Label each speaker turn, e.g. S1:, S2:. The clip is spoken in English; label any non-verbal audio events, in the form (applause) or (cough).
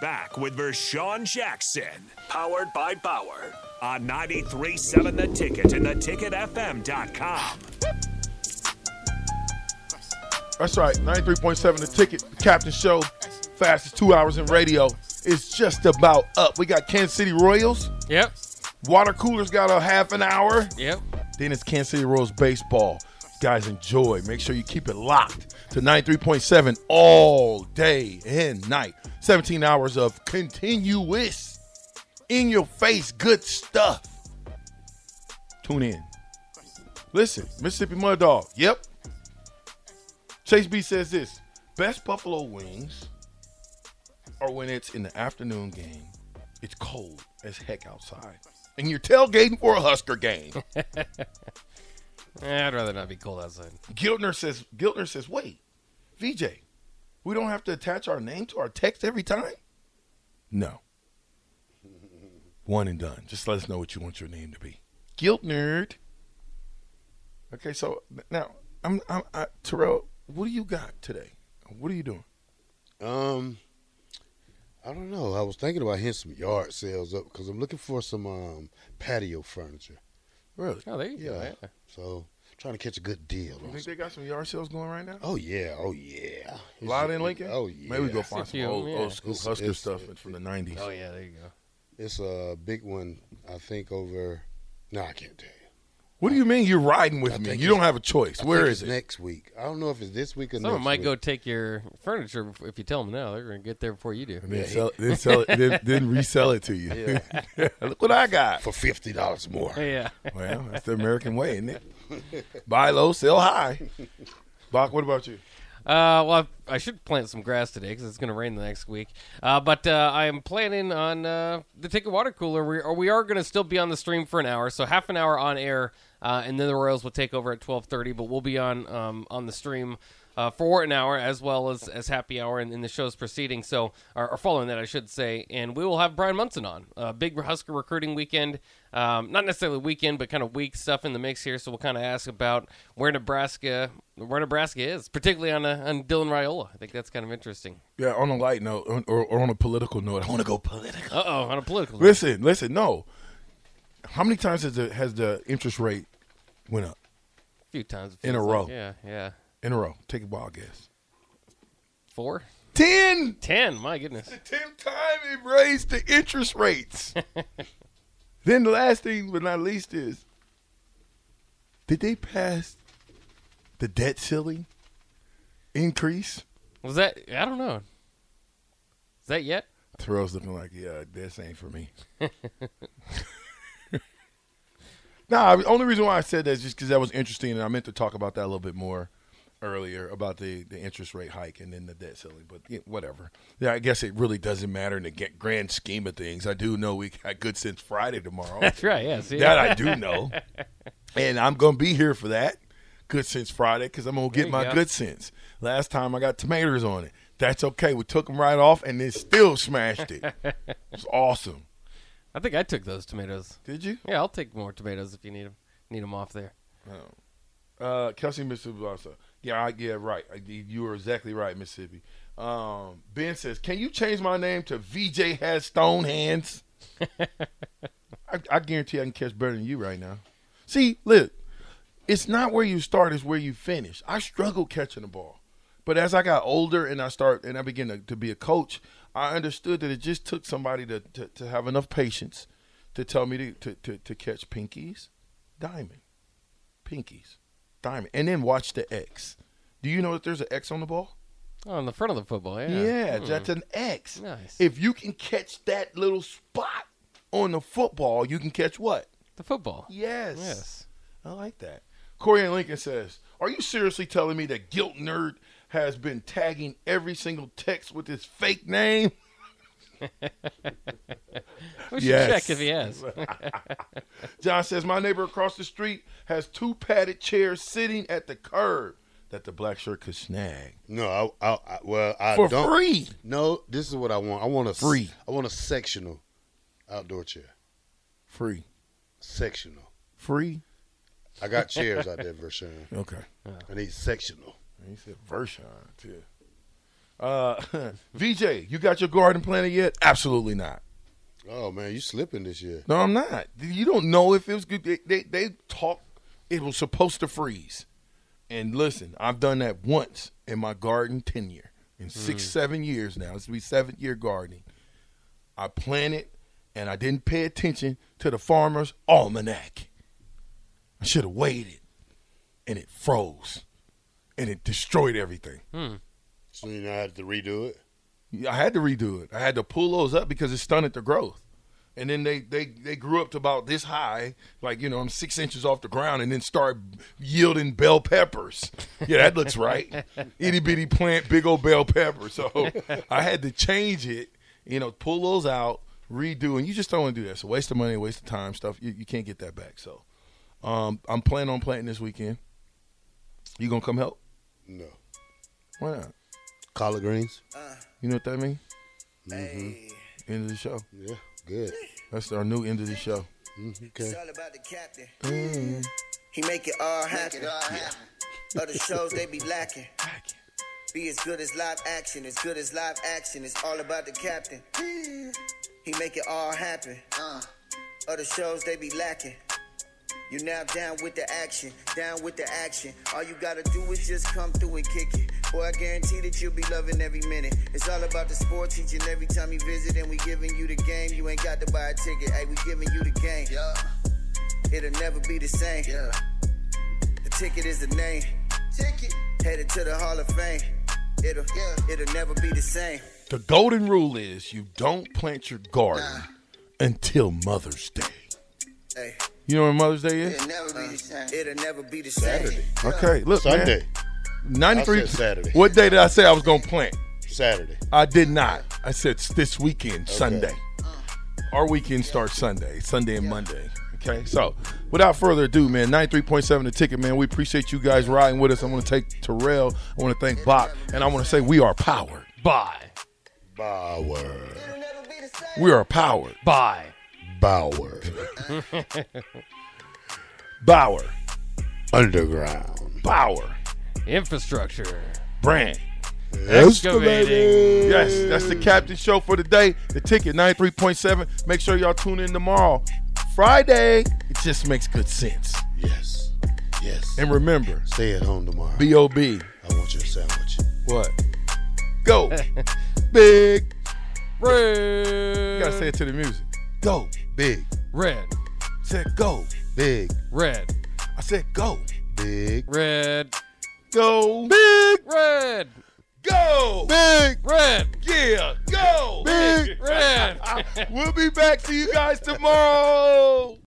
S1: back with Vershawn Jackson, powered by Bauer, on 93.7 The Ticket and theticketfm.com.
S2: That's right, 93.7 The Ticket, the Captain Show, fastest two hours in radio. It's just about up. We got Kansas City Royals.
S3: Yep.
S2: Water Coolers got a half an hour.
S3: Yep.
S2: Then it's Kansas City Royals baseball. Guys, enjoy. Make sure you keep it locked to 93.7 all day and night. 17 hours of continuous, in your face, good stuff. Tune in. Listen, Mississippi Mud Dog. Yep. Chase B says this best buffalo wings are when it's in the afternoon game. It's cold as heck outside. And you're tailgating for a Husker game.
S3: Eh, I'd rather not be cold outside.
S2: Giltner says, Giltner says, wait, VJ, we don't have to attach our name to our text every time? No. One and done. Just let us know what you want your name to be. Giltnerd. Okay, so now I'm, I'm I, Terrell. What do you got today? What are you doing?
S4: Um, I don't know. I was thinking about hitting some yard sales up because I'm looking for some um patio furniture.
S2: Really?
S3: Oh, there you go.
S4: Yeah.
S3: yeah.
S4: So trying to catch a good deal.
S2: You
S4: On
S2: think
S4: some-
S2: they got some yard sales going right now?
S4: oh yeah. Oh yeah.
S2: A lot in Lincoln.
S4: Oh yeah.
S2: Maybe we go find
S3: a
S2: some
S3: few,
S2: old,
S3: yeah.
S2: old school
S4: It's-
S2: Husker
S4: it's-
S2: stuff from the '90s.
S3: Oh, yeah, there you go.
S4: It's a big one. I think over. No, I can't tell you.
S2: What do you mean you're riding with
S4: I
S2: me?
S4: think
S2: You
S4: it's-
S2: don't have a choice.
S4: I
S2: Where
S4: think
S2: is
S4: it's
S2: it?
S4: Next week. I don't know if it's this week or
S3: Someone
S4: next
S3: might
S4: week.
S3: go take your furniture bef- if you tell them now. They're going to get there before you do.
S2: And then sell, then sell it, then, then resell it to you. (laughs) Look what I got.
S4: for fifty dollars more.
S3: (laughs) Yeah.
S2: Well, that's the American way, isn't it? Buy low, sell high. Bach, what about you?
S3: Uh, well, I, I should plant some grass today because it's going to rain the next week. Uh, but uh, I am planning on uh, the ticket water cooler. We or we are going to still be on the stream for an hour, so half an hour on air, uh, and then the Royals will take over at twelve thirty. But we'll be on um, on the stream. Uh, for an hour, as well as as happy hour, and, and the show's proceeding. So, or, or following that, I should say, and we will have Brian Munson on. Uh, big Husker recruiting weekend, um, not necessarily weekend, but kind of week stuff in the mix here. So we'll kind of ask about where Nebraska, where Nebraska is, particularly on uh, on Dylan Raiola. I think that's kind of interesting.
S2: Yeah, on a light note on- or, or on a political note, I want to go political.
S3: Uh oh, on a political. note.
S2: Listen, listen, no. How many times has the has the interest rate went up
S3: a few times it
S2: in a
S3: feels
S2: row.
S3: like. Yeah, yeah.
S2: in a row? Take a wild guess.
S3: Four,
S2: Ten.
S3: ten. My goodness.
S2: Ten times it raised the interest rates. then the last thing, but not least, is did they pass the debt ceiling increase?
S3: Was that? I don't know. Is that yet?
S2: Terrell's looking like, yeah, this ain't for me. nah, the only reason why I said that is just because that was interesting, and I meant to talk about that a little bit more earlier about the, the interest rate hike and then the debt ceiling, but yeah, whatever. Yeah, I guess it really doesn't matter in the ga- grand scheme of things. I do know we got Good Sense Friday tomorrow.
S3: That's right. Yeah.
S2: (laughs)
S3: See.
S2: that I do know. And I'm going to be here for that Good Sense Friday because I'm going to
S3: you
S2: get my
S3: go.
S2: good sense. Last time I got tomatoes on it. That's okay. We took them right off and then still smashed (laughs) it. it's awesome.
S3: I think I took those tomatoes.
S2: Did you?
S3: Yeah, I'll take more tomatoes if you need them. Need them off there.
S2: Uh, Kelsey, Mississippi. also. Yeah, I, yeah, right. I- You are exactly right, Mississippi. Um, ben says, "Can you change my name to VJ has stone hands?" I, I guarantee I can catch better than you right now. See, look, it's not where you start; it's where you finish. I struggled catching the ball, but as I got older and I start and I began to, to be a coach, I understood that it just took somebody to to, to have enough patience to tell me to to, to, to catch pinkies, diamond, pinkies, diamond, and then watch the X. Do you know that there's an X on the ball?
S3: Oh, on the front of the football. Yeah.
S2: Yeah, Hmm. that's an X.
S3: Nice.
S2: If you can catch that little spot on the football, you can catch what?
S3: The football.
S2: Yes.
S3: Yes.
S2: I like that. Corey and Lincoln says, Are you seriously telling me that Guilt Nerd has been tagging every single text with his fake name? (laughs)
S3: We should
S2: Yes.
S3: check if
S2: (laughs)
S3: he has. (laughs)
S2: John says, My neighbor across the street has two padded chairs sitting at the curb that the black shirt could snag.
S4: No, I, I, I well, I
S2: For
S4: don't.
S2: free.
S4: No, this is what I want. I want a s-
S2: Free.
S4: I want a sectional outdoor chair.
S2: Free.
S4: Sectional.
S2: Free?
S4: I got chairs out there, Vershawn.
S2: Okay.
S4: I need sectional.
S2: And he said Vershawn too. Uh, (laughs) VJ, you got your garden planted yet? Absolutely not.
S4: Oh man, you slipping this year.
S2: No, I'm not. You don't know if it was good. They, they, they talk. It was supposed to freeze. And listen, I've done that once in my garden tenure in six, seven years now. It's be seventh year gardening. I planted, and I didn't pay attention to the farmer's almanac. I should have waited, and it froze, and it destroyed everything.
S4: So you know I had to redo it.
S2: I had to redo it. I had to pull those up because it stunted the growth. And then they, they, they grew up to about this high, like, you know, I'm six inches off the ground, and then start yielding bell peppers. Yeah, that looks right. Itty bitty plant, big old bell pepper. So I had to change it, you know, pull those out, redo. And you just don't want to do that. It's a waste of money, a waste of time, stuff. You, you can't get that back. So um, I'm planning on planting this weekend. You going to come help?
S4: No
S2: Why not?
S4: collard greens.
S2: You know what that means?
S4: Mm-hmm.
S2: End of the show.
S4: Yeah, good.
S2: That's our new end of the show.
S4: Mhm,
S5: It's
S4: Okay.
S5: all about the captain. He make it all happen. Other shows they be lacking. Be as good as live action, as good as live action. It's all about the captain. He make it all happen. Other shows they be lacking. You now down with the action, down with the action. All you gotta do is just come through and kick it. Boy, I guarantee that you'll be loving every minute. It's all about the sport teaching every time you visit, and we giving you the game. You ain't got to buy a ticket. Hey, we giving you the game. It'll never be the same. The ticket is the name. Ticket. Headed to the Hall of Fame. It'll, it'll never be the same.
S2: The golden rule is you don't plant your garden until Mother's Day.
S5: Hey,
S2: You know what Mother's Day is?
S5: it'll never be the same. It'll never be the same.
S4: Saturday,
S2: Okay, look,
S4: Sunday,
S2: man. Ninety-three.
S4: I said Saturday.
S2: What day did I say I was gonna plant?
S4: Saturday.
S2: I did not. I said it's this weekend, Sunday. Our weekend starts Sunday, Sunday and Monday. Okay, so without further ado, man, 93.7 the ticket, man. We appreciate you guys riding with us. I want to take Terrell, I want to thank Bach, and I want to say we are powered.
S3: Bye.
S4: Bauer.
S5: It'll never be the same.
S2: We are powered.
S3: Bye.
S4: Bauer.
S2: Bauer,
S4: Underground.
S2: Bauer,
S3: Infrastructure.
S2: Brand.
S3: Excavating.
S2: Yes, that's the captain show for today. The ticket 93.7. Make sure y'all tune in tomorrow. Friday, it just makes good sense.
S4: Yes. Yes.
S2: And remember,
S4: Stay at home tomorrow.
S2: B.O.B.
S4: I want your sandwich.
S2: What? Go. (laughs) Big.
S3: Red.
S2: You gotta say it to the music. Go.
S4: Big,
S3: Red.
S2: said go.
S4: big,
S3: Red.
S2: I said go.
S4: big,
S3: Red.
S2: Go. Big.
S3: Red.
S2: Go. Big.
S3: Red.
S2: Yeah. Go.
S4: big.
S2: (laughs)
S3: Red.
S2: We'll be back to you guys tomorrow.